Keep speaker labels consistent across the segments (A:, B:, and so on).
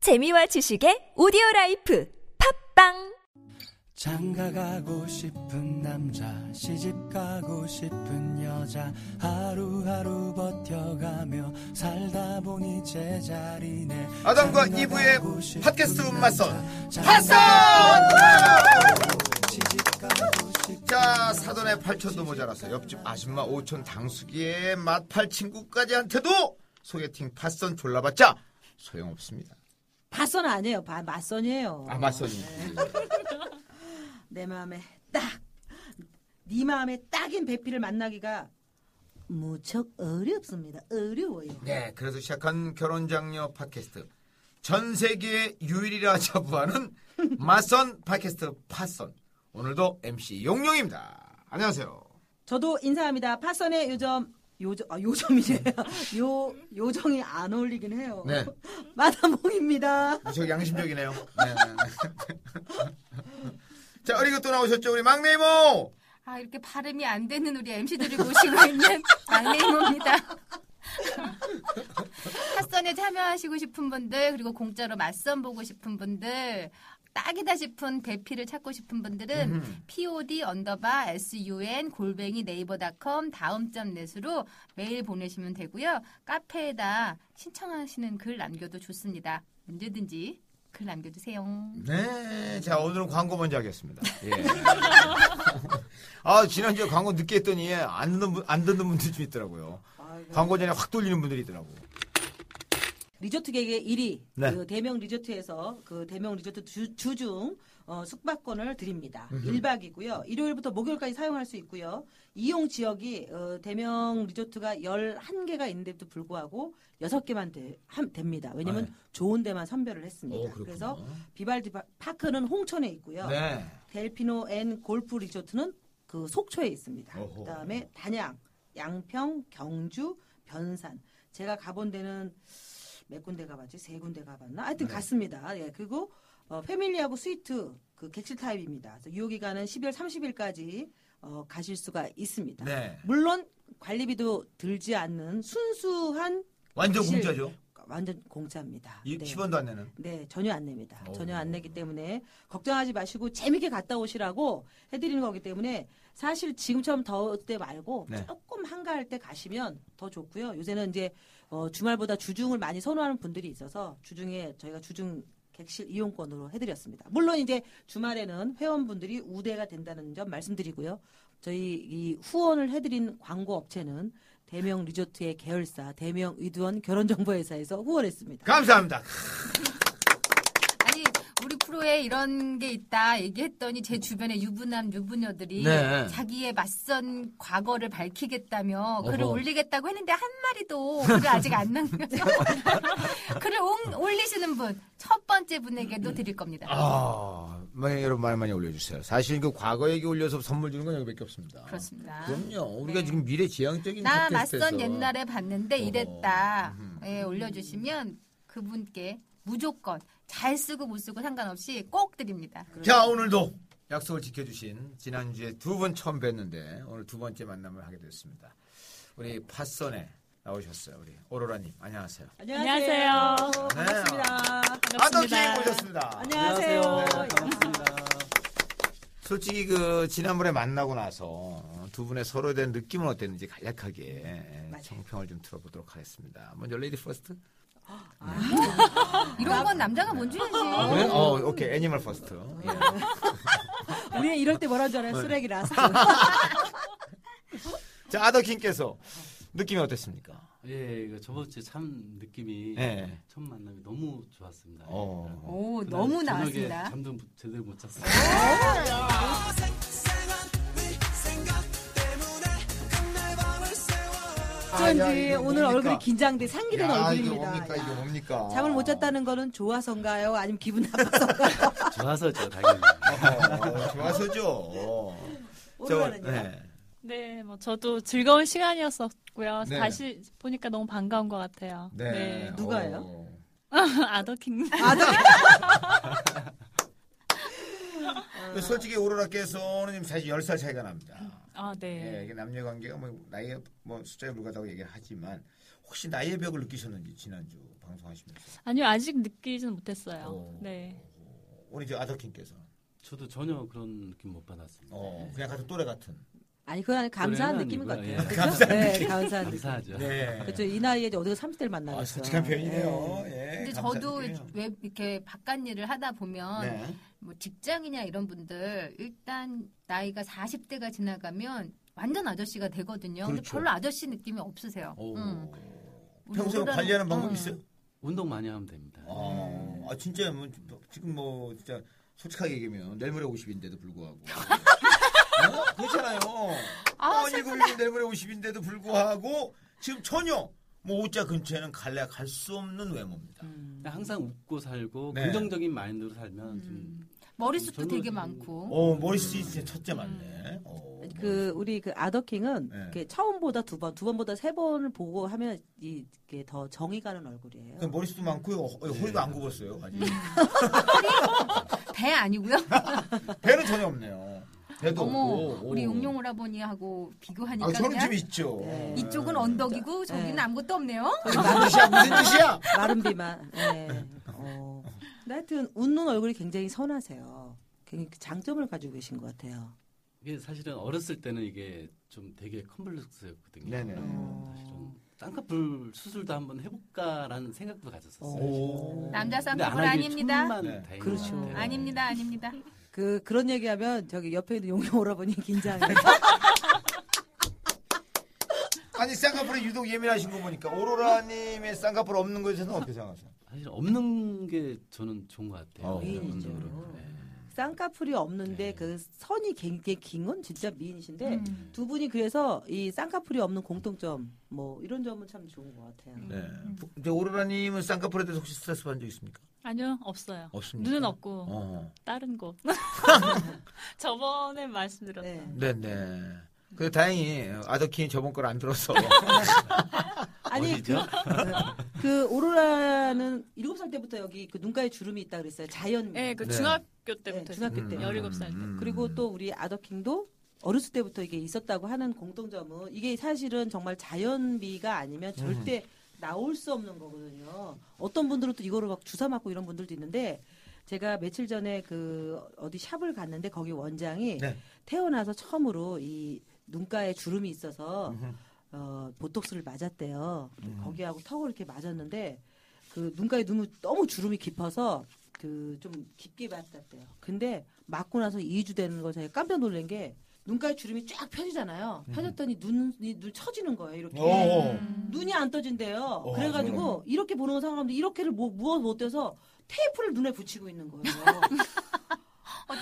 A: 재미와 지식의 오디오 라이프 팝빵
B: 장가 가고 싶은 남자 시집 가고 싶은 여자 하루하루 버텨가며 살다 보니 제자리네
C: 아담과
B: 장가
C: 이브의
B: 가고 싶은
C: 팟캐스트 음마선
B: 남자,
C: 파선!
B: 시집 가고 싶은
C: 자 사돈의 8천도 모자라서 옆집 아줌마 5천 당숙이의 맛팔 친구까지한테도 소개팅 팥선 졸라봤자 소용없습니다.
D: 바선 아니에요. 바, 맞선이에요.
C: 아마선입니다
D: 내 마음에 딱, 네 마음에 딱인 배피를 만나기가 무척 어렵습니다. 어려워요.
C: 네, 그래서 시작한 결혼장려 팟캐스트. 전 세계 유일이라 자부하는 맞선 팟캐스트 팟선. 오늘도 MC 용용입니다. 안녕하세요.
D: 저도 인사합니다. 파선의 요점, 요점, 아, 요점이래요. 요, 요정이 안 어울리긴 해요.
C: 네.
D: 마다몽입니다.
C: 무척 양심적이네요. 네, 네, 네. 자, 그리고 또 나오셨죠. 우리 막내 이모!
E: 아 이렇게 발음이 안 되는 우리 MC들이 모시고 있는 막내이모입니다. 핫선에 참여하시고 싶은 분들 그리고 공짜로 맞선 보고 싶은 분들 딱이다 싶은 배피를 찾고 싶은 분들은 pod 언더바 sun 골뱅이 네이버닷컴 다음점 넷으로 메일 보내시면 되고요 카페에다 신청하시는 글 남겨도 좋습니다 언제든지 글 남겨주세요.
C: 네, 자 오늘은 광고 먼저 하겠습니다. 예. 아 지난주에 광고 늦게 했더니 안 듣는 분, 안 듣는 분들 좀 있더라고요. 광고 전에 확 돌리는 분들이 있더라고.
D: 리조트 계획의 1위.
C: 네.
D: 그 대명 리조트에서 그 대명 리조트 주, 주중 어, 숙박권을 드립니다. 1박이고요. 일요일부터 목요일까지 사용할 수 있고요. 이용 지역이 어, 대명 리조트가 11개가 있는데도 불구하고 6개만 되, 함- 됩니다. 왜냐면
C: 네.
D: 좋은 데만 선별을
C: 오,
D: 했습니다.
C: 어, 그렇구나.
D: 그래서 비발디 바- 파크는 홍천에 있고요.
C: 네.
D: 델피노 앤 골프 리조트는 그 속초에 있습니다.
C: 어허.
D: 그다음에 단양, 양평, 경주, 변산. 제가 가본 데는 몇 군데 가봤지? 세 군데 가봤나? 하여튼
C: 네.
D: 갔습니다. 예, 그리고 어, 패밀리하고 스위트 그 객실 타입입니다. 그래서 유효 기간은 12월 30일까지 어, 가실 수가 있습니다.
C: 네.
D: 물론 관리비도 들지 않는 순수한
C: 완전
D: 객실.
C: 공짜죠.
D: 완전 공짜입니다.
C: 이
D: 네.
C: 10원도 안 어. 내는.
D: 네, 전혀 안 냅니다.
C: 오.
D: 전혀 안 내기 때문에 걱정하지 마시고 재밌게 갔다 오시라고 해드리는 거기 때문에 사실 지금처럼 더울 때 말고
C: 네.
D: 조금 한가할 때 가시면 더 좋고요. 요새는 이제 어, 주말보다 주중을 많이 선호하는 분들이 있어서 주중에 저희가 주중 객실 이용권으로 해드렸습니다. 물론 이제 주말에는 회원분들이 우대가 된다는 점 말씀드리고요. 저희 이 후원을 해드린 광고 업체는 대명 리조트의 계열사 대명 의두원 결혼정보회사에서 후원했습니다.
C: 감사합니다.
E: 아니 우리 프로에 이런 게 있다 얘기했더니 제 주변에 유부남 유부녀들이
C: 네.
E: 자기의 맞선 과거를 밝히겠다며 글을
C: 어허.
E: 올리겠다고 했는데 한 마리도 글을 아직 안 남겨서 글을 옹- 올리시는 분 첫 번째 분에게도 드릴 겁니다.
C: 아, 만약 여러분 많이 많이 올려주세요. 사실 그 과거 얘기 올려서 선물 주는 건 여기밖에 없습니다.
E: 그렇습니다.
C: 그럼요. 우리가
E: 네.
C: 지금 미래 지향적인
E: 나
C: 팟캐스트에서
E: 맞선 옛날에 봤는데
C: 어허.
E: 이랬다
C: 음.
E: 예, 올려주시면 그분께 무조건 잘 쓰고 못 쓰고 상관없이 꼭 드립니다.
C: 자 오늘도 약속을 지켜주신 지난주에 두 번 처음 뵀는데 오늘 두 번째 만남을 하게 됐습니다. 우리 팟선에 나오셨어요. 우리 오로라님 안녕하세요.
D: 안녕하세요. 반갑습니다.
C: 아덕씨 오셨습니다.
D: 안녕하세요.
C: 솔직히 그 지난번에 만나고 나서 두 분의 서로에 대한 느낌은 어땠는지 간략하게
D: 맞아요.
C: 정평을 좀 들어보도록 하겠습니다. 먼저 레이디 퍼스트.
E: 이런 건 남자가 뭔지 알지.
C: 아, 네? 어, 오케이 애니멀 퍼스트. 예.
D: 우리 이럴 때 뭐라 줄
C: 네.
D: 알아요? 쓰레기 라스트.
C: 자 아덕님께서 느낌이 어땠습니까?
F: 예, 그 저번 주에 참 느낌이
C: 예.
F: 첫 만남이 너무 좋았습니다.
C: 어.
E: 오,
F: 그날
E: 너무
F: 저녁에
E: 나왔습니다.
F: 잠도 못- 제대로 못 잤어요.
D: 어쩐지
C: 아, 야, 이거
D: 오늘
C: 뭡니까?
D: 얼굴이 긴장돼 상기된
C: 야,
D: 얼굴입니다.
C: 이게 뭡니까? 아. 이게
D: 야.
C: 뭡니까?
D: 잠을 못 잤다는 거는 좋아서인가요? 아니면 기분 나빠서인가요?
F: 좋아서죠, 당연히.
C: 어, 좋아서죠.
D: 오늘은요.
C: 네.
G: 네, 뭐 저도 즐거운 시간이었었고요.
C: 네.
G: 다시 보니까 너무 반가운 것 같아요.
C: 네.
D: 누가예요?
C: 어.
G: 아더킹.
D: 네.
C: 솔직히 오로라께서는 지금 사실 10살 차이가 납니다.
G: 아,
C: 예,
G: 네.
C: 이게 남녀 관계가 뭐 나이에 뭐 숫자에 불과하다고 얘기를 하지만 혹시 나이의 벽을 느끼셨는지 지난주 방송하시면서
G: 아니요, 아직 느끼지는 못했어요.
C: 오.
G: 네.
C: 우리 저 아더킹께서
F: 저도 전혀 그런 느낌 못 받았습니다.
C: 어,
D: 네.
C: 그냥 같은 또래 같은
D: 아니 그건 감사한
F: 노래는
D: 느낌인 것 같아요.
F: 아니고요. 예.
D: 그죠?
C: 감사한
D: 네, 그렇죠. 감사한 느낌.
F: 감사하죠.
C: 네.
D: 그렇죠. 이 나이에 이제 어디서 30대를 만나요?
C: 아, 솔직한 표현이네요. 예.
E: 근데
C: 감사한
E: 저도
C: 느낌이에요.
E: 왜 이렇게 바깥 일을 하다 보면
C: 네.
E: 뭐 직장이냐 이런 분들 일단 나이가 40대가 지나가면 완전 아저씨가 되거든요. 근데
C: 그렇죠.
E: 별로 아저씨 느낌이 없으세요.
F: 오,
E: 응.
C: 평소에
E: 노란-
C: 관리하는 방법
E: 응.
C: 있어요?
F: 운동 많이 하면 됩니다.
E: 음.
C: 아, 아, 진짜 뭐 지금 뭐 진짜 솔직하게 얘기하면 내일 모레 50인데도 불구하고 어? 그렇잖아요.
E: 아,
C: 아, 1916 내일 모레 50인데도 불구하고 지금 전혀 뭐 오자 근처에는 갈래 갈 수 없는 외모입니다.
E: 음.
F: 그냥 그러니까 항상 웃고 살고
C: 네. 음.
F: 긍정적인 마인드로 살면 좀
E: 머리숱도
F: 저는-
E: 되게 많고.
C: 오 어, 머리숱이 진짜 첫째
E: 음.
C: 맞네. 어,
D: 그 우리 그 아더킹은
C: 네.
D: 이렇게 처음보다 두 번, 두 번보다 세 번을 보고 하면 이- 이게 더 정이 가는 얼굴이에요.
C: 그 머리- 머리숱도 많고요. 어, 예, 허-
E: 네.
C: 허리도 안 굽었어요. 아직.
E: 음. 배 아니고요.
C: 배는 전혀 없네요. 배도
E: 어머,
C: 없고.
E: 우리
C: 오.
E: 용용 오라버니하고 비교하니까
C: 아, 저는
E: 그냥
C: 좀 있죠.
D: 네.
E: 이쪽은 언덕이고 저기는
D: 네.
E: 아무것도 없네요.
C: 무슨 짓이야? 무슨 짓이야?
D: 마른 비만.
F: 네.
D: 예. 어. 근데 하여튼 웃는 얼굴이 굉장히 선하세요. 굉장히 그 장점을 가지고 계신 것 같아요.
F: 이게 사실은 어렸을 때는 이게 좀 되게 컴플렉스였거든요.
C: 네네.
F: 사실은 쌍꺼풀 수술도 한번 해볼까라는 생각도 가졌었어요.
C: 오.
E: 남자
F: 근데 음, 안
E: 쌍꺼풀
F: 하는 게
E: 아닙니다.
F: 천만
C: 네.
F: 다행인
D: 그렇죠.
F: 것 같아요.
E: 아닙니다, 아닙니다.
D: 그 그런 얘기하면 저기 옆에 있는 용용 오라버니 긴장해.
C: 아니 쌍꺼풀에 유독 예민하신 거 보니까 오로라님의 쌍꺼풀 없는 거에 대해서는 어떻게 생각하세요?
F: 사실 없는 게 저는 좋은 것 같아요.
C: 어,
D: 미인이죠.
F: 운동으로. 네.
D: 쌍꺼풀이 없는데
F: 네.
D: 그 선이 굉장히 긴 건 진짜 미인이신데
E: 음.
D: 두 분이 그래서 이 쌍꺼풀이 없는 공통점 뭐 이런 점은 참 좋은 것 같아요.
F: 음.
C: 네. 근데 오로라님은 쌍꺼풀에 대해서 혹시 스트레스 받은 적 있습니까?
G: 아니요, 없어요.
C: 없습니까?
G: 눈은 없고,
C: 어.
G: 다른 곳. 저번에 말씀드렸던.
D: 네.
C: 네네. 그래 다행히 아더킹이 저번 걸 안 들었어.
D: 아니
F: 어디죠?
D: 그, 그 오로라는 일곱 살 때부터 여기 그 눈가에 주름이 있다 그랬어요. 자연.
G: 네, 그
C: 네.
G: 중학교 때부터.
D: 네,
G: 했어요.
D: 중학교 때.
G: 음. 17살 때.
D: 그리고 또 우리 아더킹도 어렸을 때부터 이게 있었다고 하는 공통점은 이게 사실은 정말 자연비가 아니면 절대 나올 수 없는 거거든요. 어떤 분들은 또 이거를 막 주사 맞고 이런 분들도 있는데 제가 며칠 전에 그 어디 샵을 갔는데 거기 원장이
C: 네.
D: 태어나서 처음으로 이 눈가에 주름이 있어서 어, 보톡스를 맞았대요. 거기하고 턱을 이렇게 맞았는데 그 눈가에 너무 너무 주름이 깊어서 그 좀 깊게 맞았대요. 근데 맞고 나서 2주 되는 거 제가 깜짝 놀란 게 눈가에 주름이 쫙 펴지잖아요. 펴졌더니 눈이 눈 처지는 거예요. 이렇게
C: 어, 오.
D: 눈이 안 떠진대요.
C: 어,
D: 그래가지고
C: 그러네.
D: 이렇게 보는 사람도 이렇게를 뭐, 무엇 못 돼서 테이프를 눈에 붙이고 있는 거예요.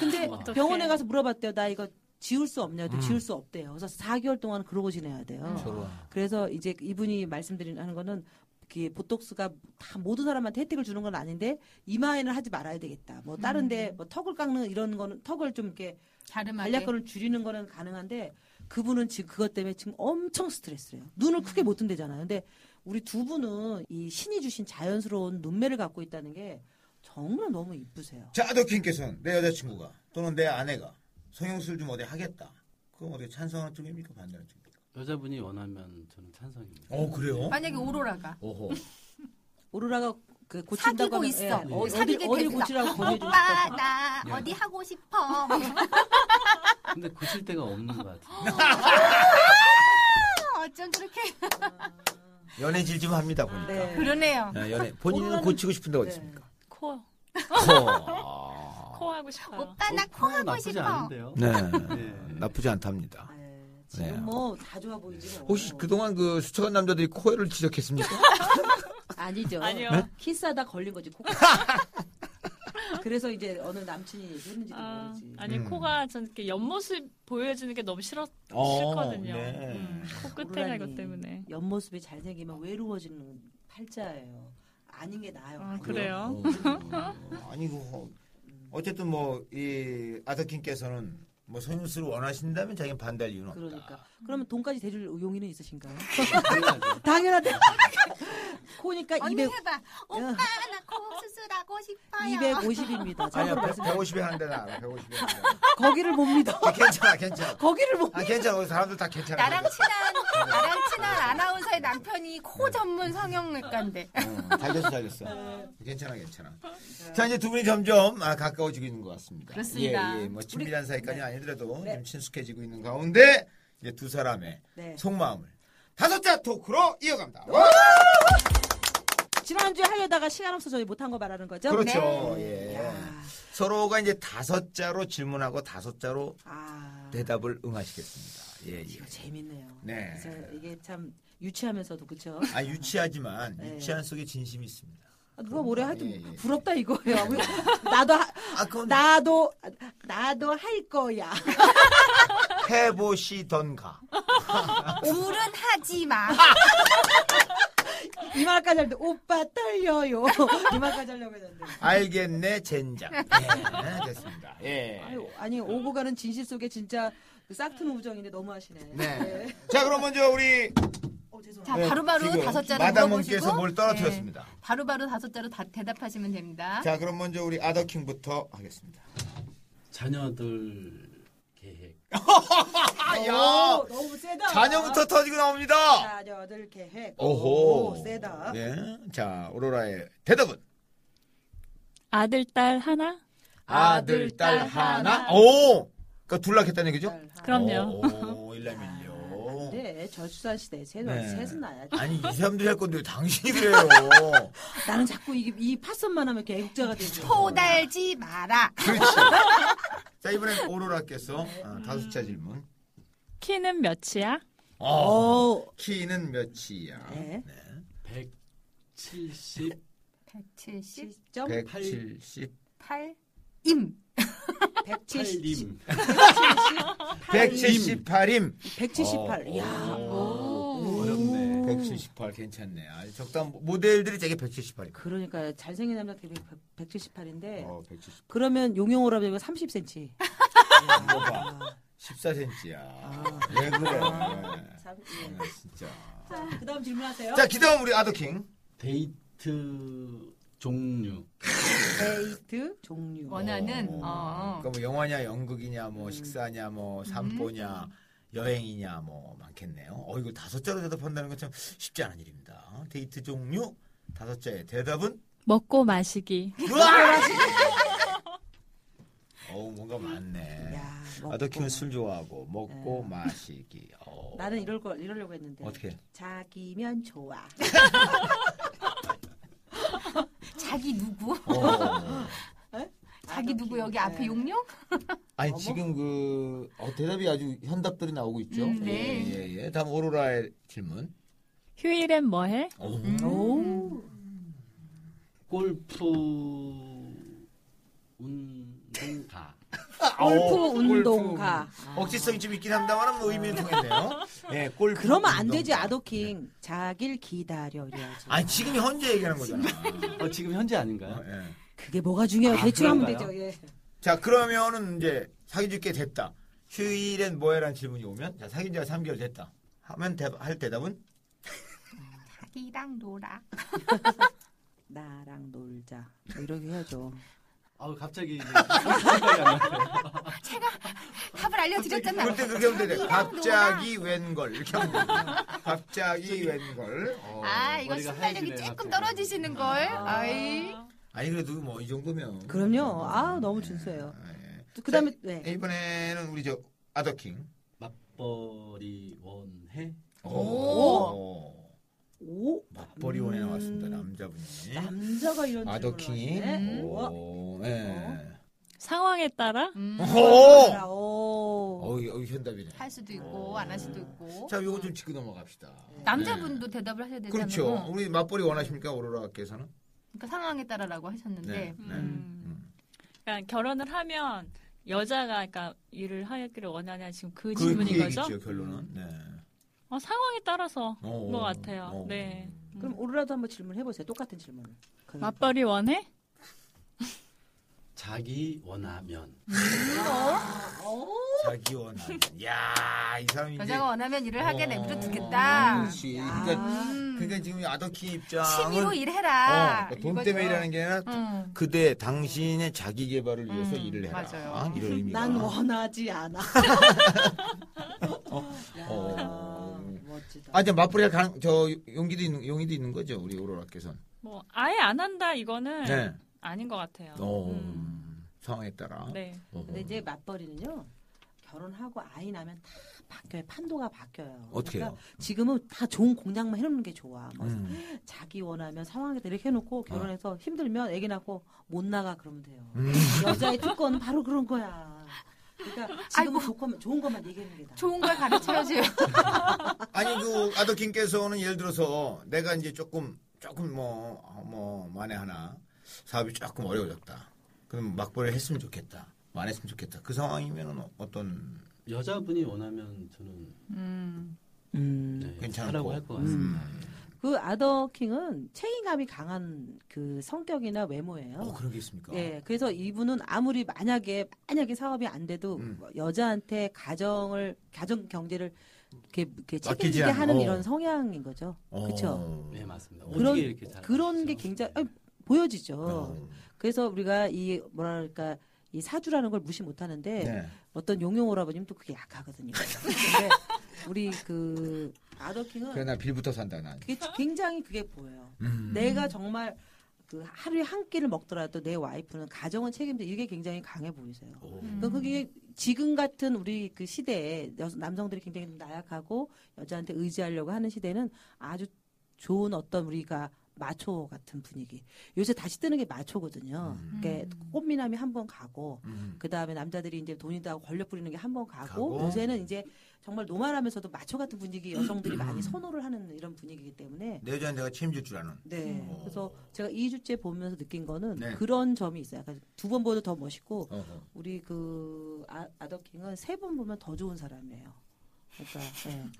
D: 근데
G: 아, 어떡해.
D: 병원에 가서 물어봤대요. 나 이거 지울 수 없냐? 음. 지울 수 없대요. 그래서 4개월 동안 그러고 지내야 돼요.
C: 음,
E: 음.
D: 그래서 이제 이분이 말씀드리는 하는 거는 이게 보톡스가 다 모든 사람한테 혜택을 주는 건 아닌데 이마에는 하지 말아야 되겠다. 뭐 다른데
G: 음.
D: 뭐 턱을 깎는 이런 거는 턱을 좀 이렇게
E: 갸름하게.
D: 간략근을 줄이는 거는 가능한데 그분은 지금 그것 때문에 지금 엄청 스트레스래요. 눈을
E: 음.
D: 크게 못 뜬대잖아요. 근데 우리 두 분은 이 신이 주신 자연스러운 눈매를 갖고 있다는 게 정말 너무 이쁘세요.
C: 자 아더킹께서는 내 여자친구가 또는 내 아내가 성형수술 좀 어디 하겠다. 그럼 어떻게 찬성하는 쪽입니까 반대하는 쪽입니까?
F: 여자분이 원하면 저는 찬성입니다.
C: 어 그래요?
E: 만약에 오로라가
C: 오호.
D: 오로라가 그 고친다고
E: 사귀고
D: 하면-
E: 있어.
D: 예, 어,
E: 사귀게
D: 어디 어디
E: 됐어.
D: 고치라고 보내주실
E: 오빠 나 어디 하고 싶어. 뭐,
F: 근데 고칠 데가 없는 것 같아요.
E: 어쩜 그렇게
C: 연애질 좀 합니다 보니까.
D: 네.
E: 그러네요.
C: 아, 연애 본인은
D: 오로라는-
C: 고치고 싶은데 어디
D: 네. 아.
C: 있습니까? 어.
G: 코,
C: 코.
G: 코 하고 싶어요.
E: 오빠 아, 나 코 하고
F: 나쁘지
E: 싶어.
F: 않은데요.
C: 네.
F: 네.
C: 나쁘지 않답니다.
D: 네,
C: 네.
D: 지금 뭐 다 좋아 보이지 뭐.
C: 혹시 그동안 그 수척한 남자들이 코에를 지적했습니까?
D: 아니죠.
G: 아니요.
C: 네?
D: 키스하다 걸린 거지. 코. 그래서 이제 어느 남친이 얘기했는지도
G: 아,
D: 모르지.
G: 아니
C: 음.
G: 코가 전 이렇게 옆모습 보여주는 게 너무 싫었
C: 어,
G: 싫거든요.
C: 네.
G: 음,
D: 아,
G: 코 끝에가
D: 오르라니.
G: 이것 때문에.
D: 옆모습이 잘생기면 외로워지는 팔자예요. 아닌 게 나아요.
G: 아,
D: 아닌 게.
G: 그래요?
C: 어, 아니 그 어쨌든 뭐 이 아더킹께서는 뭐 성형수를 원하신다면 자기는 반대할 이유는 없다.
D: 그러니까. 그러면 돈까지 대줄 용의는 있으신가요?
F: 당연하죠.
D: 당연하대. 코니까
E: 언니
D: 200,
E: 해봐. 오빠 나코 수술하고 싶어요.
D: 250입니다.
C: 아니야,
D: 참고로 말씀.
C: 150에 한대 나 알아. 150에 한 대.
D: 거기를 못 믿어.
C: 아, 괜찮아, 괜찮아.
D: 거기를 못
C: 아, 괜찮아. 우리 사람들 다 괜찮아.
E: 나랑 친한 나랑 친한 아나운서의 남편이 코 전문 성형외과인데.
C: 응, 달렸어, 달렸어. 괜찮아, 괜찮아. 자, 이제 두 분이 점점 아, 가까워지고 있는 것 같습니다.
E: 그렇습니다.
C: 예, 예, 뭐 친밀한 사이까지 는 아니더라도
D: 네.
C: 좀 친숙해지고 있는 가운데 이제 두 사람의
D: 네.
C: 속마음을 다섯자 토크로 이어갑니다.
D: 지난주에 하려다가 시간 없어서 저희 못한 거 말하는 거죠?
C: 그렇죠. 예.
G: 네.
D: 야.
C: 서로가 이제 다섯자로 질문하고 다섯자로
D: 아,
C: 대답을 응하시겠습니다. 예, 예.
D: 이거 재밌네요.
C: 네.
D: 그래서 이게 참 유치하면서도 그렇죠.
C: 아 유치하지만
D: 네.
C: 유치한 속에 진심이 있습니다.
D: 누가 뭐래 하여튼
C: 예, 예.
D: 부럽다 이거예요. 나도 하-
C: 아 그건
D: 나도 나도 할 거야.
C: 해보시던가.
E: 둘은 하지 마.
D: 이 말까지 할때 오빠 떨려요. 이 말까지 하려고 했는데.
C: 알겠네 젠장. 예, 됐습니다. 예.
D: 아니, 아니 오고 가는 진실 속에 진짜 그 싹트는 우정인데 너무하시네.
C: 네. 자 그럼 먼저 우리
D: 어, 죄송합니다.
E: 자 바로바로
C: 네, 지금
E: 다섯 자로
C: 마담원께서
E: 물어보시고.
C: 뭘 떨어뜨렸습니다.
E: 네, 바로바로 다섯 자로 다 대답하시면 됩니다.
C: 자 그럼 먼저 우리 아더킹부터 하겠습니다.
F: 자녀들 계획.
C: 아야
D: 오, 너무 세다.
C: 자녀부터 터지고 나옵니다.
D: 자녀들 계획.
C: 오호.
D: 오, 세다.
C: 예. 자 오로라의 대답은
G: 아들 딸 하나?
C: 아들 딸 하나. 오. 그러니까 둘락했다는 얘기죠?
D: 딸 하나.
G: 그럼요.
C: 오, 오 일남일녀.
D: 네, 저출산 시대에 셋,
C: 네.
D: 셋은 나야지.
C: 아니 이 사람들이 할 건데 왜 당신이 그래요?
D: 나는 자꾸 이게 이 파선만 하면 이렇게 애국자가 되죠.
E: 토달지 마라.
C: 그렇지. 자 이번엔 오로라께서 아, 다섯째 질문.
G: 키는 몇이야?
C: 어,
D: 오.
C: 키는 몇이야?
D: 네.
F: 170
E: 178임.
D: 10점
C: 170.
F: 님
C: 178임.
D: 178.
C: 어.
D: 이야.
F: 어렵네.
C: 178 괜찮네. 아 적당 모델들이 되게 178임.
D: 그러니까 잘생긴 남자 되게 178인데
C: 어, 178.
D: 그러면 용용으로 하면 30cm.
C: 이거 봐. 14cm야. 왜 그래? 아, 진짜.
D: 그다음 질문하세요.
C: 자, 기다음 우리 아더킹.
F: 데이트 종류.
D: 데이트 종류.
E: 원하는 어. 음.
C: 그러니까 뭐 영화냐 연극이냐 뭐 식사냐 뭐散보냐 여행이냐 뭐 많겠네요. 어 이거 다섯 자로 대답한다는 건 참 쉽지 않은 일입니다. 데이트 종류 다섯 자의 대답은
G: 먹고 마시기.
C: 우와! 어우 뭔가 많네.
D: 야, 먹고 네.
C: 아더킹은 술 좋아하고 먹고 마시기. 어.
D: 나는 이럴 걸 이러려고 했는데.
C: 어떻게?
D: 자기면 좋아.
E: 자기 누구?
C: 어.
E: 자기 누구 여기
D: 네.
E: 앞에 용룡?
C: 아니
D: 어머.
C: 지금 그 어, 대답이 아주 현답들이 나오고 있죠.
E: 음, 네.
C: 예, 예, 예. 다음 오로라의 질문.
G: 휴일엔 뭐 해?
C: 어.
E: 음,
D: 오.
F: 골프 운동가.
D: 골프
C: 어,
D: 운동가.
C: 골프. 아. 억지성이 좀 있긴 합니다만 뭐 의미는 통했네요. 예, 골프.
D: 그러면 안 되지
C: 운동가. 네.
D: 아더킹. 자길 기다려 이래야지.
C: 아니 지금 현재 얘기하는 거잖아.
F: 어, 지금 현재
C: 어,
F: 아닌가요?
C: 예.
D: 그게 뭐가 중요해요?
C: 아,
D: 대충 하면
F: 그런가요?
D: 되죠. 예.
C: 자 그러면은 이제 사귄 지꽤 됐다. 휴일엔 뭐해라는 질문이 오면 자 사귄 지가 3개월 됐다. 하면 대, 할 대답은
E: 자기랑 놀아.
D: 나랑 놀자. 뭐 이렇게
C: 음,
D: 해야죠.
F: 아우 어, 갑자기 이제 생각이 안 나요.
E: 답을 알려드렸잖아.
C: 그때 그렇게 하면 되네.
E: 자기랑
C: 갑자기 웬걸 이렇게 하면 돼. 갑자기 웬걸. 어.
E: 아, 이거
F: 머리가
E: 순발력이
F: 하얘지네요,
E: 조금
F: 갑자기.
E: 떨어지시는 걸. 아이.
C: 아니 그래도 뭐 이 정도면.
D: 그럼요. 아, 너무 준수해요.
C: 아, 예.
D: 또 그다음에
C: 자,
D: 네.
C: 이번에는 우리 저 아더킹.
F: 맞벌이 원해.
C: 오.
D: 오.
C: 어, 맞벌이원에 나왔습니다 남자분이.
D: 남자가 이런
C: 아더킹이.
D: 질문을 하시네. 어,
C: 오, 예.
G: 상황에 따라?
E: 음,
C: 오.
D: 오.
C: 어이, 어이 현답이네.
E: 할 수도 있고 안 할 수도 있고.
C: 자, 요거 좀 짚고 넘어갑시다.
E: 네. 남자분도 대답을 하셔야 되잖아요.
C: 그렇죠. 우리 맞벌이 원하십니까 오로라께서는?
E: 그러니까 상황에 따라라고 하셨는데
C: 네.
G: 음. 그러니까 결혼을 하면 여자가 그러니까 일을 하기를 원하냐 지금 그,
C: 그, 그
G: 질문인 거죠?
C: 얘기죠 결론은. 네.
G: 어, 상황에 따라서
C: 어,
G: 것 같아요.
C: 어.
G: 네.
D: 그럼 오르라도 한번 질문해 보세요. 똑같은 질문을. 그럼.
G: 맞벌이 원해?
F: 자기 원하면.
C: 자기 원하는. 야, 이 사람이 이제
E: 여자가 원하면 그러니까 일을 하게 되면 또
C: 어,
E: 듣겠다.
C: 그렇지. 그러니까
D: 아,
E: 음.
C: 그러니까 지금 아더키 입장은
E: 취미로
C: 어,
E: 일해라. 음.
C: 그러니까 돈 때문에 일하는 게 아니라
E: 응.
C: 그대 당신의 자기 개발을 위해서
E: 음,
C: 일을 해라.
E: 맞아요. 뭐.
C: 이런 의미가.
D: 난 원하지 않아. 야,
C: 어.
D: 멋지다.
C: 아, 이제 맞불이가 가능, 저 용기도 있는 용의도 있는 거죠, 우리 오로라께서는.
G: 뭐 아예 안 한다 이거는
C: 네.
G: 아닌 것 같아요.
C: 어,
G: 음.
C: 상황에 따라.
G: 네.
C: 어.
D: 근데 이제 맞벌이는요. 결혼하고 아이 나면 다 바뀌어요. 판도가 바뀌어요.
C: 어떻게 해요?
D: 그러니까 지금은 다 좋은 공략만 해놓는 게 좋아. 뭐
C: 음. 아.
D: 자기 원하면 상황에 따라 이렇게 해놓고 결혼해서 힘들면 애기 낳고 못 나가 그러면 돼요.
C: 음.
D: 여자의 특권은 바로 그런 거야. 그러니까 지금은 좋고, 좋은 것만 얘기하는 게 나아.
E: 좋은 걸 가르쳐줘요.
C: 아니 그 아더킹께서는 예를 들어서 내가 이제 조금 조금 뭐뭐 뭐 만에 하나 사업이 조금 어려워졌다. 그럼 막벌이 했으면 좋겠다. 뭐안 했으면 좋겠다. 그 상황이면 어떤
F: 여자분이 원하면 저는
E: 음.
D: 음.
F: 네,
C: 괜찮고. 음.
F: 하라고 할 것 같습니다.
D: 그 아더킹은 책임감이 강한 그 성격이나 외모예요.
C: 어 그런 게 있습니까?
D: 예, 그래서 이분은 아무리 만약에 만약에 사업이 안 돼도 뭐
C: 음.
D: 여자한테 가정을 가정 경제를 이렇게, 이렇게
C: 맡기지
D: 책임지게
C: 않-
D: 하는
C: 어.
D: 이런 성향인 거죠.
C: 어.
D: 그쵸?
F: 네, 맞습니다.
D: 그런-
F: 어떻게 이렇게 잘
D: 그런 게
F: 아시죠?
D: 굉장히 아니, 보여지죠.
C: 어.
D: 그래서 우리가 이 뭐랄까 이 사주라는 걸 무시 못하는데
C: 네.
D: 어떤 용용 오라버님도 그게 약하거든요. 근데 우리 그
C: 그래
D: 아더킹은
C: 나 빌부터 산다 난.
D: 그게 굉장히 그게 보여요.
C: 음.
D: 내가 정말 그 하루에 한 끼를 먹더라도 내 와이프는 가정은 책임져 이게 굉장히 강해 보이세요.
F: 오.
E: 음.
D: 그 그게 지금 같은 우리 그 시대에 여- 남성들이 굉장히 좀 나약하고 여자한테 의지하려고 하는 시대는 아주 좋은 어떤 우리가 마초 같은 분위기. 요새 다시 뜨는 게 마초거든요.
C: 음.
D: 그게 꽃미남이 한 번 가고
C: 음.
D: 그 다음에 남자들이 이제 돈이다 하고 권력 부리는 게 한 번 가고,
C: 가고.
D: 요새는 이제 정말 노말하면서도 마초 같은 분위기 여성들이 많이 선호를 하는 이런 분위기이기 때문에
C: 내 여자는 내가 책임질 줄 아는.
D: 네.
C: 음.
D: 그래서 제가 이주째 보면서 느낀 거는
C: 네.
D: 그런 점이 있어요. 약간 두 번 보도 더 멋있고
C: 어, 어.
D: 우리 그 아, 아더킹은 세 번 보면 더 좋은 사람이에요. 그러니까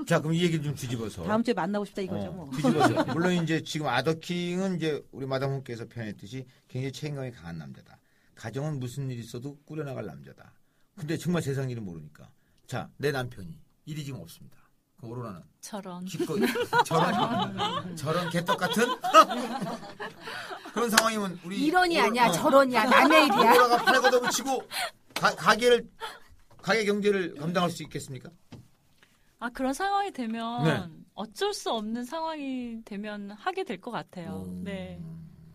D: 예.
C: 자 그럼 이 얘기를 좀 뒤집어서.
D: 다음 주에 만나고 싶다 이거죠
C: 어,
D: 뭐.
C: 뒤집어서. 물론 이제 지금 아더킹은 이제 우리 마담홈께서 표현했듯이 굉장히 책임감이 강한 남자다. 가정은 무슨 일이 있어도 꾸려나갈 남자다. 근데 정말 세상 일은 모르니까. 자, 내 남편이 일이 지금 없습니다. 그럼 오로나는
G: 저런.
C: 기껏 저런 저런 개떡 같은 그런 상황이면 우리
E: 이런이
C: 오로-
E: 아니야
C: 어,
E: 저런이야 남의 일이야.
C: 오로나가 팔 걷어붙이고 가, 가게를 가게 경제를 감당할 수 있겠습니까?
G: 아 그런 상황이 되면
C: 네.
G: 어쩔 수 없는 상황이 되면 하게 될 것 같아요.
C: 음.
G: 네.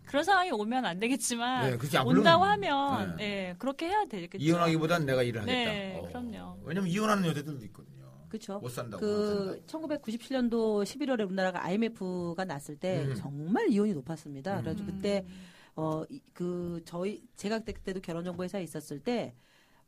G: 그런 상황이 오면 안 되겠지만
C: 네, 그렇지. 아, 물론-
G: 온다고 하면
C: 네.
G: 네, 그렇게 해야 되겠죠.
C: 이혼하기보단 내가 일을 하겠다.
G: 네,
C: 어.
G: 그럼요.
C: 왜냐면 이혼하는 여자들도 있거든요.
D: 그렇죠.
C: 못 산다고.
D: 그 1997년도 11월에 우리나라가 IMF가 났을 때
C: 음.
D: 정말 이혼이 높았습니다. 그래서
G: 음.
D: 그때 어 그 저희 제가 그때 그때도 결혼정보회사에 있었을 때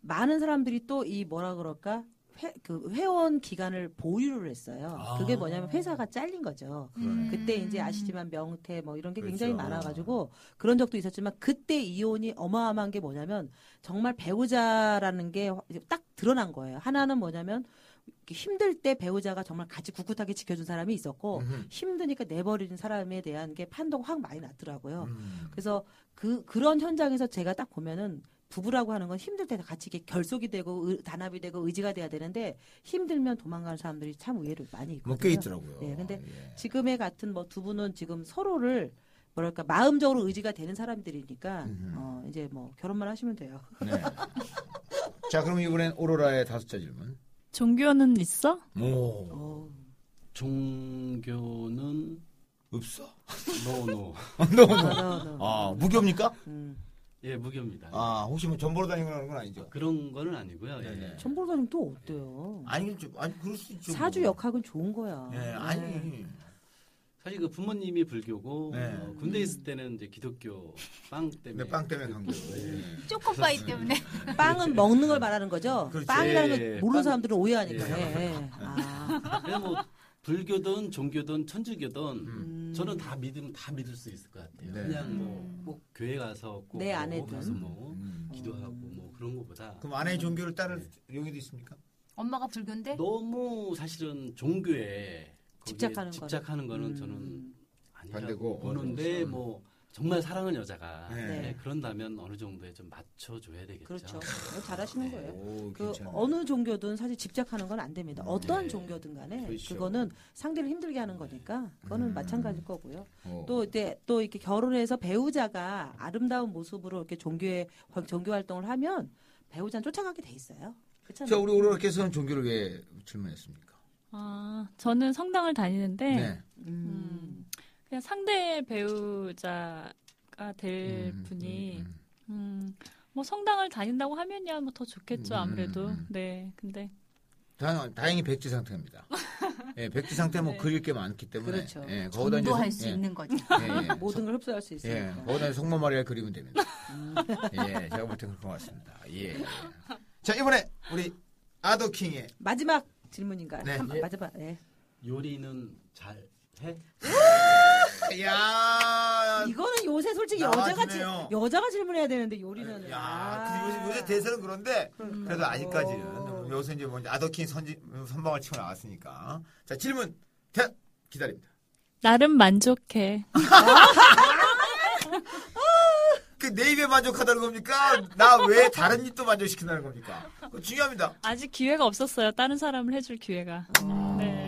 D: 많은 사람들이 또 이 뭐라 그럴까 회, 그 회원 기간을 보유를 했어요.
C: 아.
D: 그게 뭐냐면 회사가 잘린 거죠.
C: 그러네.
D: 그때 이제 아시지만 명태 뭐 이런 게 굉장히
C: 그렇죠.
D: 많아가지고 그런 적도 있었지만 그때 이혼이 어마어마한 게 뭐냐면 정말 배우자라는 게 딱 드러난 거예요. 하나는 뭐냐면 힘들 때 배우자가 정말 같이 꿋꿋하게 지켜준 사람이 있었고
C: 음흠.
D: 힘드니까 내버리는 사람에 대한 게 판도가 확 많이 났더라고요.
C: 음.
D: 어. 그래서 그 그런 현장에서 제가 딱 보면은 부부라고 하는 건 힘들 때 다 같이 이게 결속이 되고 의- 단합이 되고 의지가 돼야 되는데 힘들면 도망가는 사람들이 참 의외로 많이 있거든요.
C: 뭐꽤 있더라고요.
D: 예, 근데
C: 예.
D: 지금의 같은 뭐 두 분은 지금 서로를 뭐랄까 마음적으로 의지가 되는 사람들이니까
C: 음.
D: 어 이제 뭐 결혼만 하시면 돼요.
C: 네. 자, 그럼 이번엔 오로라의 다섯째 질문. 뭐?
G: 종교는 있어?
C: 오,
D: 어.
F: 종교는
C: 없어.
F: 노노.
C: 너무.
D: 아, 나, 나.
C: 아, 무교입니까?
D: 음.
F: 예, 무교입니다.
C: 아, 혹시 뭐 전보로 다니는 건 아니죠?
F: 그런 거는 아니고요. 예.
C: 네네.
D: 정보사님 또 어때요?
C: 아니, 좀, 아니 그럴 수 있죠.
D: 사주
C: 뭐.
D: 역학은 좋은 거야. 네.
C: 예, 아니.
F: 사실 그 부모님이 불교고
C: 네.
F: 어, 군대 있을 때는 이제 기독교 빵 때문에
C: 내 빵 때문에 간 거예요.
F: 예.
E: 초코파이 때문에.
D: 네. 빵은 먹는 걸 말하는 거죠.
C: 그렇지.
D: 빵이라는 걸
F: 예, 예.
D: 모르는
F: 빵.
D: 사람들은 오해하니까.
F: 예.
D: 예, 예. 아,
F: 그래서 뭐 불교든 종교든 천주교든
D: 음.
F: 저는 다 믿으면 다 믿을 수 있을 것 같아요.
C: 네.
F: 그냥 뭐 꼭 교회 가서 꼭
D: 내
F: 뭐
D: 안에든.
F: 가서 뭐
C: 음.
F: 기도하고 뭐 그런 거보다
C: 그럼 아내의 종교를 따를
D: 네.
C: 용의도 있습니까?
E: 엄마가 불교인데?
F: 너무 사실은 종교에 거기에
D: 집착하는 거는.
F: 집착하는 거는 저는
D: 음.
F: 아니라고
C: 반대고.
F: 보는데
C: 음.
F: 뭐 정말 사랑하는 여자가
C: 네.
F: 예, 그런다면 어느 정도에 좀 맞춰줘야 되겠죠.
D: 그렇죠. 잘하시는
F: 네.
D: 거예요.
C: 오,
D: 그
C: 괜찮네.
D: 어느 종교든 사실 집착하는 건 안 됩니다. 어떠한
C: 네.
D: 종교든 간에
C: 그렇죠.
D: 그거는 상대를 힘들게 하는 거니까 그거는
C: 음.
D: 마찬가지일 거고요.
C: 어.
D: 또 이제 또 이렇게 결혼해서 배우자가 아름다운 모습으로 이렇게 종교에 종교 활동을 하면 배우자는 쫓아가게 돼 있어요.
C: 자,
D: 그렇잖아요.
C: 우리 오로라께서는 종교를 왜 질문했습니까?
G: 아, 저는 성당을 다니는데
C: 네.
D: 음.
G: 음, 그냥 상대 배우자가 될
C: 음,
G: 네, 분이
C: 음,
G: 음, 뭐 성당을 다닌다고 하면야 뭐 더 좋겠죠
C: 음,
G: 아무래도
C: 음.
G: 네 근데
C: 다행, 다행히 백지 상태입니다. 예, 백지 상태 뭐
G: 네.
C: 그릴 게 많기 때문에
D: 그렇죠.
C: 예, 거기다 이제
E: 전도할
C: 성-
E: 수
C: 예,
E: 있는 거죠.
C: 예, 예.
D: 모든 걸 흡수할 수 있어요.
C: 예, 거기다 성모 마리아 그리면 됩니다. 예, 제가 볼 땐 그럴 것 같습니다. 예. 자, 이번에 우리 아더킹의
D: 마지막 질문인가요?
C: 네.
D: 한-
F: 예.
D: 마지막. 예.
F: 요리는 잘 해?
C: 야,
D: 이거는 요새 솔직히
C: 아, 나와주네요.
D: 여자가 질- 여자가 질문해야 되는데 요리는 아.
C: 야, 근데 요새, 요새 대세는 그런데 그래도 아직까지는 요새 이제 뭐 이제 아더킹 선지, 선방을 치고 나왔으니까 자 질문 대, 기다립니다.
G: 나름 만족해
C: 그 내 입에 만족하다는 겁니까? 나 왜 다른 입도 만족시킨다는 겁니까? 그거 중요합니다.
G: 아직 기회가 없었어요 다른 사람을 해줄 기회가
C: 아.
G: 네.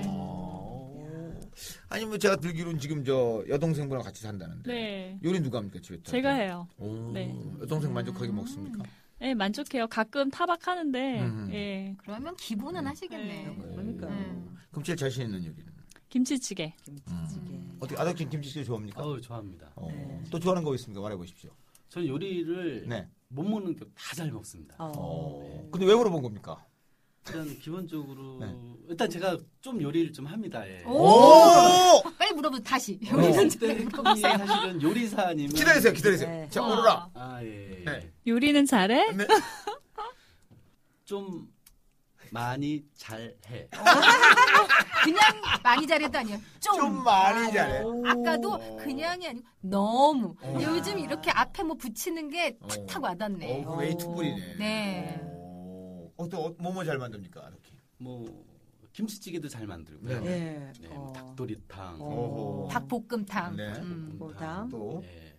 C: 아니 뭐 제가 들기로는 지금 저 여동생분하고 같이 산다는데
G: 네
C: 요리 누가 합니까 집에?
G: 제가 해요
C: 오,
G: 네.
C: 여동생 만족하게 먹습니까?
G: 네 만족해요 가끔 타박하는데
C: 음.
G: 예
E: 그러면 기본은 하시겠네.
G: 네.
D: 그러니까.
E: 음.
C: 그럼 제일 자신 있는 요리는? 음.
G: 김치찌개
D: 김치찌개.
C: 어떻게 아덕진 김치찌개 좋아합니까?
F: 어우 좋아합니다.
C: 어.
D: 네.
C: 또 좋아하는 거 있습니까? 말해 보십시오.
F: 저는 요리를
C: 네.
F: 못 먹는 게 다 잘 먹습니다.
D: 어.
C: 어. 근데 왜 물어본 겁니까?
F: 일단 기본적으로
C: 네.
F: 일단 제가 좀 요리를 좀 합니다. 예.
E: 오! 빨리 물어보세요. 다시. 요리는
F: 그때 어.
C: 어.
F: 사실은 요리사님은
C: 기다리세요, 기다리세요.
D: 네.
C: 자, 오로라.
F: 아 예. 예.
C: 네.
G: 요리는 잘해
C: 네.
F: 좀 많이 잘해.
E: 그냥 많이 잘해도 아니야. 좀,
C: 좀 많이 잘해.
E: 아까도 그냥이 아니고 너무.
C: 오.
E: 요즘 이렇게 앞에 뭐 붙이는 게
C: 오.
E: 탁탁 와닿네.
C: 어, 그레이트 뿌리네.
E: 네.
C: 어, 어, 또 어, 뭐뭐 잘 만듭니까? 이렇게.
F: 뭐 김치찌개도 잘 만들고요.
C: 네.
D: 예.
F: 네,
D: 어.
F: 뭐 닭도리탕,
D: 어. 뭐
C: 어허.
E: 닭볶음탕.
C: 네.
E: 음.
D: 볶음탕.
C: 또
F: 예.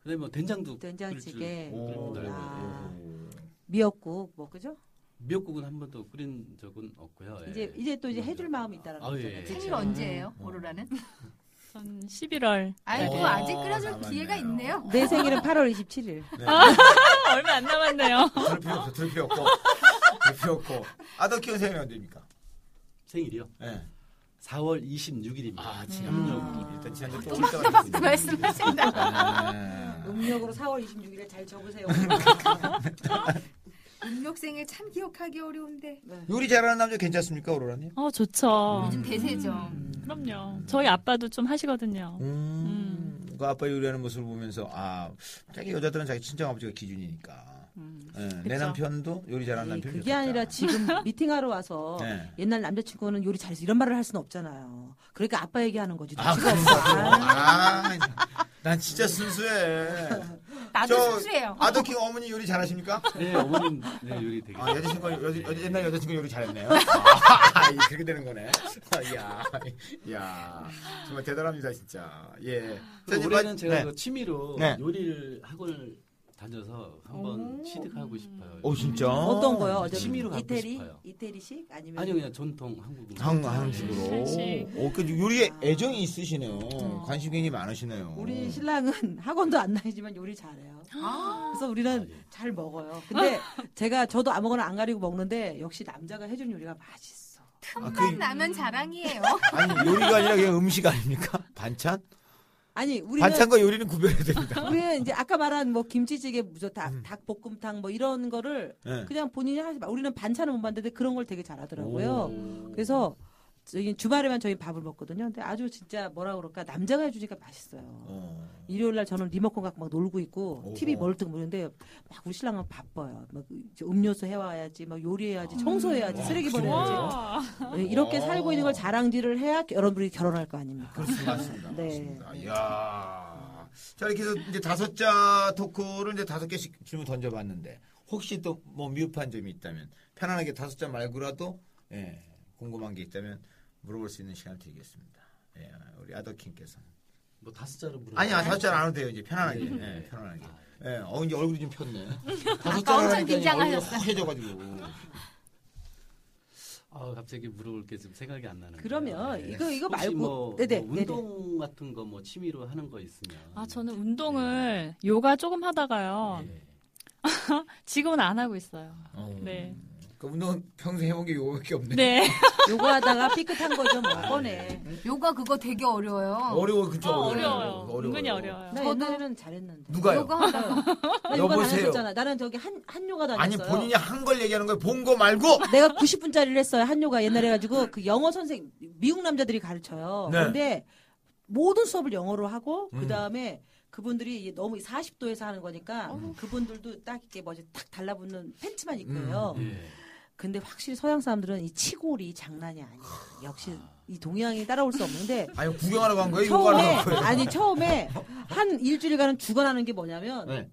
F: 그다음에 뭐 된장도
D: 된장찌개.
F: 끓일 줄-
C: 오. 네,
F: 끓일 줄
D: 아.
F: 알고. 예.
D: 미역국 뭐 그죠?
F: 미역국은 한 번도 끓인 적은 없고요.
C: 네.
F: 예.
D: 이제 이제 또 이제 해줄 마음이 있다라는
F: 아,
D: 거죠.
F: 예.
E: 생일 언제예요? 오로라는?
G: 전 11월 네.
E: 아이고
C: 어,
E: 아직 끓여줄
C: 남았네요.
E: 기회가 있네요.
D: 내 생일은 8월 27일.
C: 네.
G: 얼마 안 남았네요
C: 들을 필요 없어, 들을 필요 없고. 들을 필요 없고. 아더키운 생일이 언제입니까?
F: 생일이요.
C: 예.
F: 4월 26일입니다.
D: 음.
C: 아,
F: 지압력.
C: 지압력. 일단 지난주
E: 또
C: 또
E: 막상 그 말씀하신다.
C: 네.
D: 음력으로 4월 26일에 잘 적으세요.
E: 음력생을 참 기억하기 어려운데.
C: 요리 잘하는 남자 괜찮습니까, 오로라님?
G: 어 좋죠
C: 음.
E: 요즘 음, 대세죠.
G: 그럼요 저희 아빠도 좀 하시거든요
C: 음, 그 아빠 요리하는 모습을 보면서 아 자기 여자들은 자기 친정 아버지가 기준이니까 예, 내
G: 그쵸.
C: 남편도 요리 잘하는
D: 음. 아니,
C: 남편이
D: 그게
C: 없었다.
D: 아니라 지금 미팅하러 와서
C: 네.
D: 옛날 남자친구는 요리 잘해서 이런 말을 할 수는 없잖아요. 그러니까 아빠 얘기하는 거지.
C: 아,
D: 눈치가
C: 그런
D: 없어.
C: 거죠.
D: 아,
C: 아, 난 진짜 순수해.
E: 나도
C: 저-
E: 순수해요.
C: 아더킹 어머니 요리 잘하십니까?
F: 네, 어머님 네, 요리 되게.
C: 아, 여자친구, 여, 여, 옛날 여자친구 요리 잘했네요. 아, 이- 그렇게 되는 거네. 아, 이야, 이야. 정말 대단합니다, 진짜. 예. 자, 이제
F: 그리고 올해는
C: 마-
F: 제가
C: 네.
F: 그 취미로
C: 네.
F: 요리를 학원을 다녀서 한번 취득하고 싶어요.
C: 오, 진짜.
D: 어떤 거요? 어제
F: 취미로 갖고
D: 이태리
F: 싶어요.
D: 이태리식 아니면
F: 네. 아니요, 그냥 전통 네. 한국 음식.
C: 한, 한식으로.
G: 한식.
C: 어, 그 요리에 애정이 있으시네요. 관심 굉장히 많으시네요. 아,
D: 우리 신랑은 학원도 안 다니지만 요리 잘해요. 그래서 우리는
C: 아, 예.
D: 잘 먹어요. 근데 제가 저도 아무거나 안 가리고 먹는데 역시 남자가 해준 요리가 맛있어.
C: 아,
E: 만
C: 그,
E: 나면 자랑이에요.
C: 아니, 요리가 아니라 그냥 음식 아닙니까? 반찬?
D: 아니 우리는
C: 반찬과 요리는 구별해야 됩니다.
D: 우리는 이제 아까 말한 뭐 김치찌개, 무저 닭, 닭볶음탕 뭐 이런 거를
C: 네.
D: 그냥 본인이 하지 마. 우리는 반찬을 못 만드는데 그런 걸 되게 잘하더라고요. 그래서 저희 주말에만 저희 밥을 먹거든요. 근데 아주 진짜 뭐라 그럴까 남자가 해주니까 맛있어요.
C: 어.
D: 일요일 날 저는 리모컨 갖고 막 놀고 있고
C: 오.
D: TV 멀뚱 보는데 막 우리 신랑은 바빠요. 막 이제 음료수 해와야지, 막 요리해야지, 청소해야지,
C: 와,
D: 쓰레기
C: 그래요?
D: 버려야지.
G: 와.
D: 예, 이렇게
C: 와.
D: 살고 있는 걸 자랑질을 해야 여러분이 결혼할 거 아닙니까?
C: 그렇습니다. 맞습니다.
D: 네.
C: 맞습니다. 이야. 자, 이렇게 해서 이제 다섯 자 토크를 이제 다섯 개씩 질문 던져봤는데, 혹시 또 뭐 미흡한 점이 있다면, 편안하게 다섯 자 말고라도, 예, 궁금한 게 있다면 물어볼 수 있는 시간 드리겠습니다. 예, 우리 아더킹께서.
F: 뭐 다섯 자로 물어.
C: 아니, 아, 다섯 자안 해도 돼요. 이제 편안하게.
F: 네.
C: 예, 편안하게. 예, 어, 이제 얼굴이 좀 폈네. 다섯 자를
E: 아까 엄청
C: 하니까 이제 얼굴이
E: 긴장하셨어요.
C: 허해져가지고.
F: 아, 갑자기 물어볼 게 지금 생각이 안 나는.
D: 그러면 이거- 이거 말고-
F: 아, 예. 뭐,
D: 네네,
F: 뭐 운동 같은 거 뭐 취미로 하는 거 있으면.
G: 아, 저는 운동을 요가 조금 하다가요.
C: 네.
F: 예.
G: 지금은 안 하고 있어요.
C: 어.
G: 네.
C: 그 운동은 평소에 해본 게 이거밖에 없네.
G: 네.
D: 요거하다가 삐끗한 거죠 뭐
F: 아, 네.
D: 꺼내.
E: 요가 그거 되게 어려워요.
C: 어려워, 그쵸?
G: 어, 어려워요. 은근히 어려워요.
D: 나
E: 저도-
D: 옛날에는 잘했는데.
C: 누가요?
E: 요가 하다가
D: 나 요가
C: 어. 여보세요?
D: 다녔었잖아. 나는 저기 한, 한 요가 다녔어요.
C: 아니, 본인이 한 걸 얘기하는 거예요. 본 거 말고!
D: 내가 90분짜리를 했어요. 한요가 옛날에 가지고 그 영어 선생 미국 남자들이 가르쳐요.
C: 네.
D: 근데 모든 수업을 영어로 하고
C: 음.
D: 그다음에 그분들이 이게 너무 40도에서 하는 거니까 그분들도 딱 이렇게 뭐지 딱 달라붙는 팬츠만
C: 음,
D: 입고요.
F: 예.
D: 근데 확실히 서양 사람들은 이 치골이 장난이 아니야. 역시 이 동양이 따라올 수 없는데
C: 아니, 구경하러 간 거예요? 요가하러
D: 처음에
C: 간 거예요?
D: 아니 처음에 한 일주일간은 주관하는 게 뭐냐면
C: 네.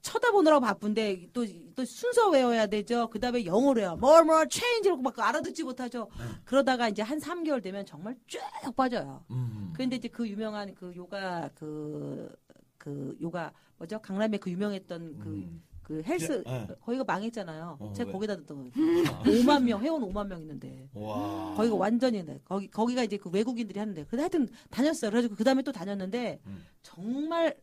D: 쳐다보느라고 바쁜데 또, 또 순서 외워야 되죠. 그다음에 영어로 해요. 뭐뭐 체인지라고 막 알아듣지 못하죠.
C: 네.
D: 그러다가 이제 한 3개월 되면 정말 쭉 빠져요.
C: 음.
D: 그런데 이제 그 유명한 그 요가 그, 그 요가 뭐죠? 강남에 그 유명했던 그,
C: 음.
D: 그 헬스
C: 예, 예.
D: 거기가 망했잖아요.
C: 어,
D: 제가
C: 왜? 아.
D: 거기다 듣던 거예요. 5만 명 회원 5만 명 있는데.
C: 와.
D: 거기가 완전히 네, 거기 거기가 이제 그 외국인들이 하는데 근데 하여튼 다녔어요. 그래가지고 그 다음에 또 다녔는데
C: 음.
D: 정말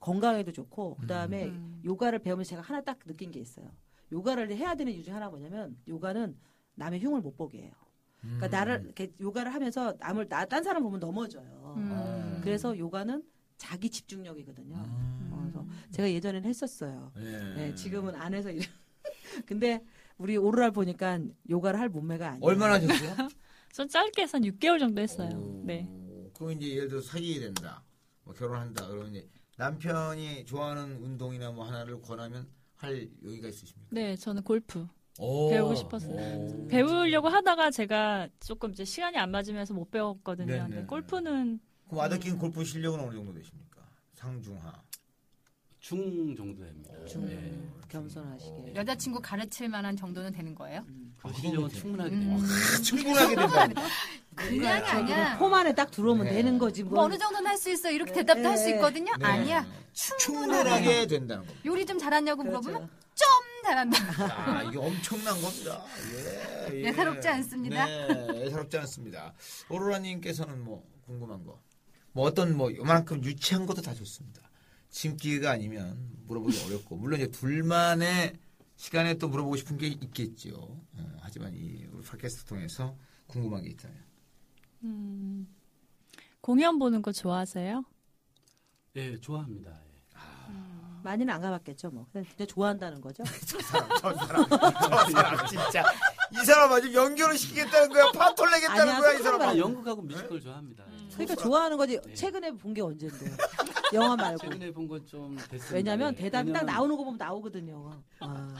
D: 건강에도 좋고 그 다음에
E: 음.
D: 요가를 배우면 제가 하나 딱 느낀 게 있어요. 요가를 해야 되는 이유 중 하나 뭐냐면 요가는 남의 흉을 못 보게 해요. 그러니까
C: 음.
D: 나를 이렇게 요가를 하면서 남을 나 딴 사람 보면 넘어져요.
C: 아.
E: 음.
D: 그래서 요가는 자기 집중력이거든요.
C: 음.
D: 어, 그래서 제가 예전엔 했었어요.
C: 예.
D: 네, 지금은 안 해서 이래. 근데 우리 오로라 보니까 요가를 할 몸매가 아니에요.
C: 얼마나 하셨어요?
G: 전 짧게 해서 한 6개월 정도 했어요.
C: 오,
G: 네.
C: 그럼 이제 예를 들어 사귀게 된다. 뭐 결혼한다. 그러면 이제 남편이 좋아하는 운동이나 뭐 하나를 권하면 할 여기가 있으십니까? 그
G: 네, 저는 골프.
C: 오.
G: 배우고 싶었어요.
C: 오.
G: 배우려고 하다가 제가 조금 이제 시간이 안 맞으면서 못 배웠거든요.
C: 네네.
G: 근데 골프는
C: 그럼 아더킹 골프 실력은 어느 정도 되십니까? 상중하.
F: 중 정도 됩니다.
D: 좀
F: 예.
C: 네.
D: 겸손하시게.
E: 여자친구 가르칠 만한 정도는 되는 거예요?
D: 아,
F: 그 실력은 충분하게
E: 음.
F: 됩니다.
C: 충분하게 된다.
E: 그냥 아니야.
D: 홈 안에 딱 들어오면
C: 네.
D: 되는 거지 뭐.
E: 뭐 어느 정도는 할 수 있어 이렇게 대답도 할 수
D: 네.
E: 있거든요.
C: 네.
E: 아니야.
C: 충분하게 된다는 겁니다.
E: 요리 좀 잘하냐고
D: 그렇죠.
E: 물어보면 좀 잘한다.
C: 아, 이게 엄청난 겁니다. 예, 예.
E: 예사롭지 않습니다.
C: 네, 예사롭지 않습니다. 오로라님께서는 뭐 궁금한 거, 뭐 어떤 뭐 요만큼 유치한 것도 다 좋습니다. 지금 기회가 아니면 물어보기 어렵고, 물론 이제 둘만의 시간에 또 물어보고 싶은 게 있겠죠. 어, 하지만 이 우리 팟캐스트 통해서 궁금한 게 있다면.
G: 음, 공연 보는 거 좋아하세요?
F: 예, 좋아합니다. 예.
D: 많이는 안 가봤겠죠 뭐. 그냥 진짜 좋아한다는 거죠.
C: 저 사람, 저 사람, 저 사람 진짜 이 사람 아주 연결을 시키겠다는 거야, 파토를 내겠다는
D: 아니야,
C: 거야 이
D: 속상하다.
C: 사람.
F: 아, 연극하고 뮤지컬 좋아합니다. 예.
D: 그러니까 좋아하는 거지.
C: 네.
D: 최근에 본 게 언젠데요. 영화 말고.
F: 최근에 본 건 좀 됐습니다.
D: 왜냐면
F: 예.
C: 네.
D: 대답이 딱
F: 왜냐면,
D: 나오는 거 보면 나오거든요. 아.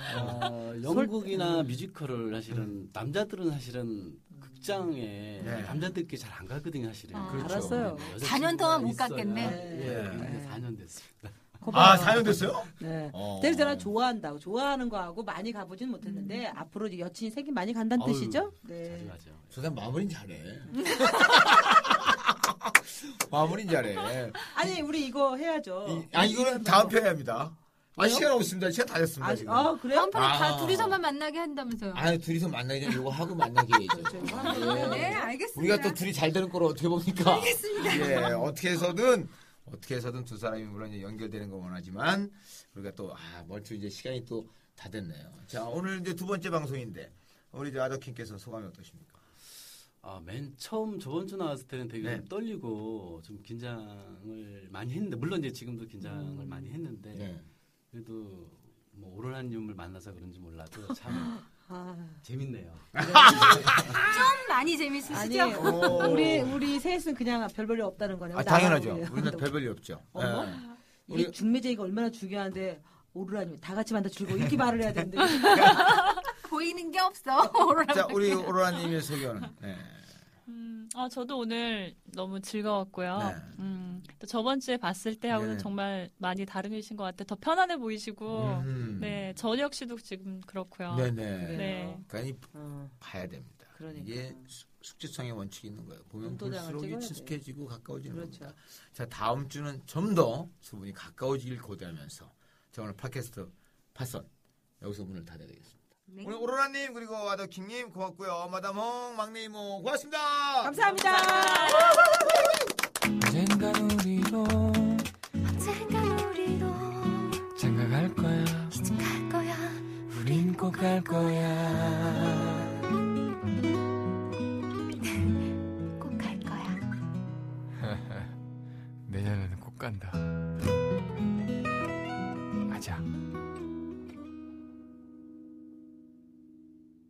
F: 어, 연극이나 뮤지컬을 사실은
D: 음.
F: 남자들은 사실은 극장에
C: 네.
F: 남자들끼리 잘 안 가거든요 사실은. 네,
E: 아,
C: 그렇죠.
D: 알았어요.
E: 4년 동안 못 갔겠네.
F: 예,
C: 네.
F: 근데 4년 됐습니다.
D: 그거
C: 아,
D: 봐요.
C: 4년 됐어요?
D: 네.
C: 어. 음.
D: 그래서 저는 좋아한다고 좋아하는 거하고 많이 가보진 못했는데 앞으로 이제 여친이 생긴 많이 간다는
F: 어휴,
D: 뜻이죠?
F: 자주
D: 네.
F: 가죠.
C: 저 사람 마무리 잘해. 마무리 잘해.
D: 아니 우리 이거 해야죠.
C: 이, 아 이거는 다음 편에 합니다. 아 시간 없습니다. 시간 다 됐습니다.
D: 아,
C: 지금.
D: 아 그래요?
E: 다음 편에 다
C: 아.
E: 둘이서만 만나게 한다면서요.
C: 아 둘이서 만나기 전에 이거 하고 만나게 해야죠.
E: 네,
C: 예.
E: 알겠습니다.
C: 우리가 또 둘이 잘 되는 걸 어떻게 봅니까? 알겠습니다. 예, 어떻게 해서든 어떻게 해서든 두 사람이 물론 이제 연결되는 걸 원하지만 우리가 또 아, 멀티 이제 시간이 또 다 됐네요. 자, 오늘 이제 두 번째 방송인데 우리 이제 아더킹께서 소감이 어떠십니까?
F: 아, 맨 처음 저번 주 나왔을 때는 되게
C: 네.
F: 좀 떨리고 좀 긴장을 많이 했는데 물론 이제 지금도 긴장을
D: 음.
F: 많이 했는데
D: 네.
C: 네.
F: 그래도 뭐 오로라님을 만나서 그런지 몰라도 참
D: 아,
F: 재밌네요.
E: 좀 많이 재밌으시죠?
D: 아니
C: 오.
D: 우리 우리 셋은 그냥 별볼일 없다는 거네요.
C: 아 당연하죠.
D: 나만
C: 우리는
D: 그래요.
C: 별별이 없죠.
D: 어머.
C: 예.
D: 이게
C: 우리-
D: 중매제의가 얼마나 중요한데 오르라니 다 같이 만나 즐거워 이렇게 말을 해야 되는데
E: 보이는 게 없어. 오로라
C: 자, 우리 오로라님의 소견은. 네.
G: 음, 아, 저도 오늘 너무 즐거웠고요.
C: 네.
G: 음, 또 저번 주에 봤을 때하고는
C: 네.
G: 정말 많이 다르신 것 같아요. 더 편안해 보이시고,
D: 어,
C: 음.
G: 네, 저 역시도 지금 그렇고요.
C: 네네.
G: 네.
C: 그러니까 이
D: 어,
C: 봐야 됩니다.
D: 아, 그러니까.
C: 이게 숙제성의 원칙이 있는 거예요. 보면
D: 눈도장을
C: 볼수록
D: 찍어야 돼요.
C: 친숙해지고 가까워지는
D: 그렇죠.
C: 겁니다. 자 다음 주는 좀 더 두 분이 가까워지길 고대하면서 자 오늘 팟캐스트 파선 여기서 문을 닫아야 되겠습니다.
E: 네.
C: 오늘 오로라님 그리고 아더킹님 고맙고요. 마담홍 막내님 모 고맙습니다.
D: 감사합니다.
B: 언젠간 우리도
H: 언젠가 우리도
B: 장가 갈 거야
H: 시집 갈 거야
B: 우린 꼭 갈 거야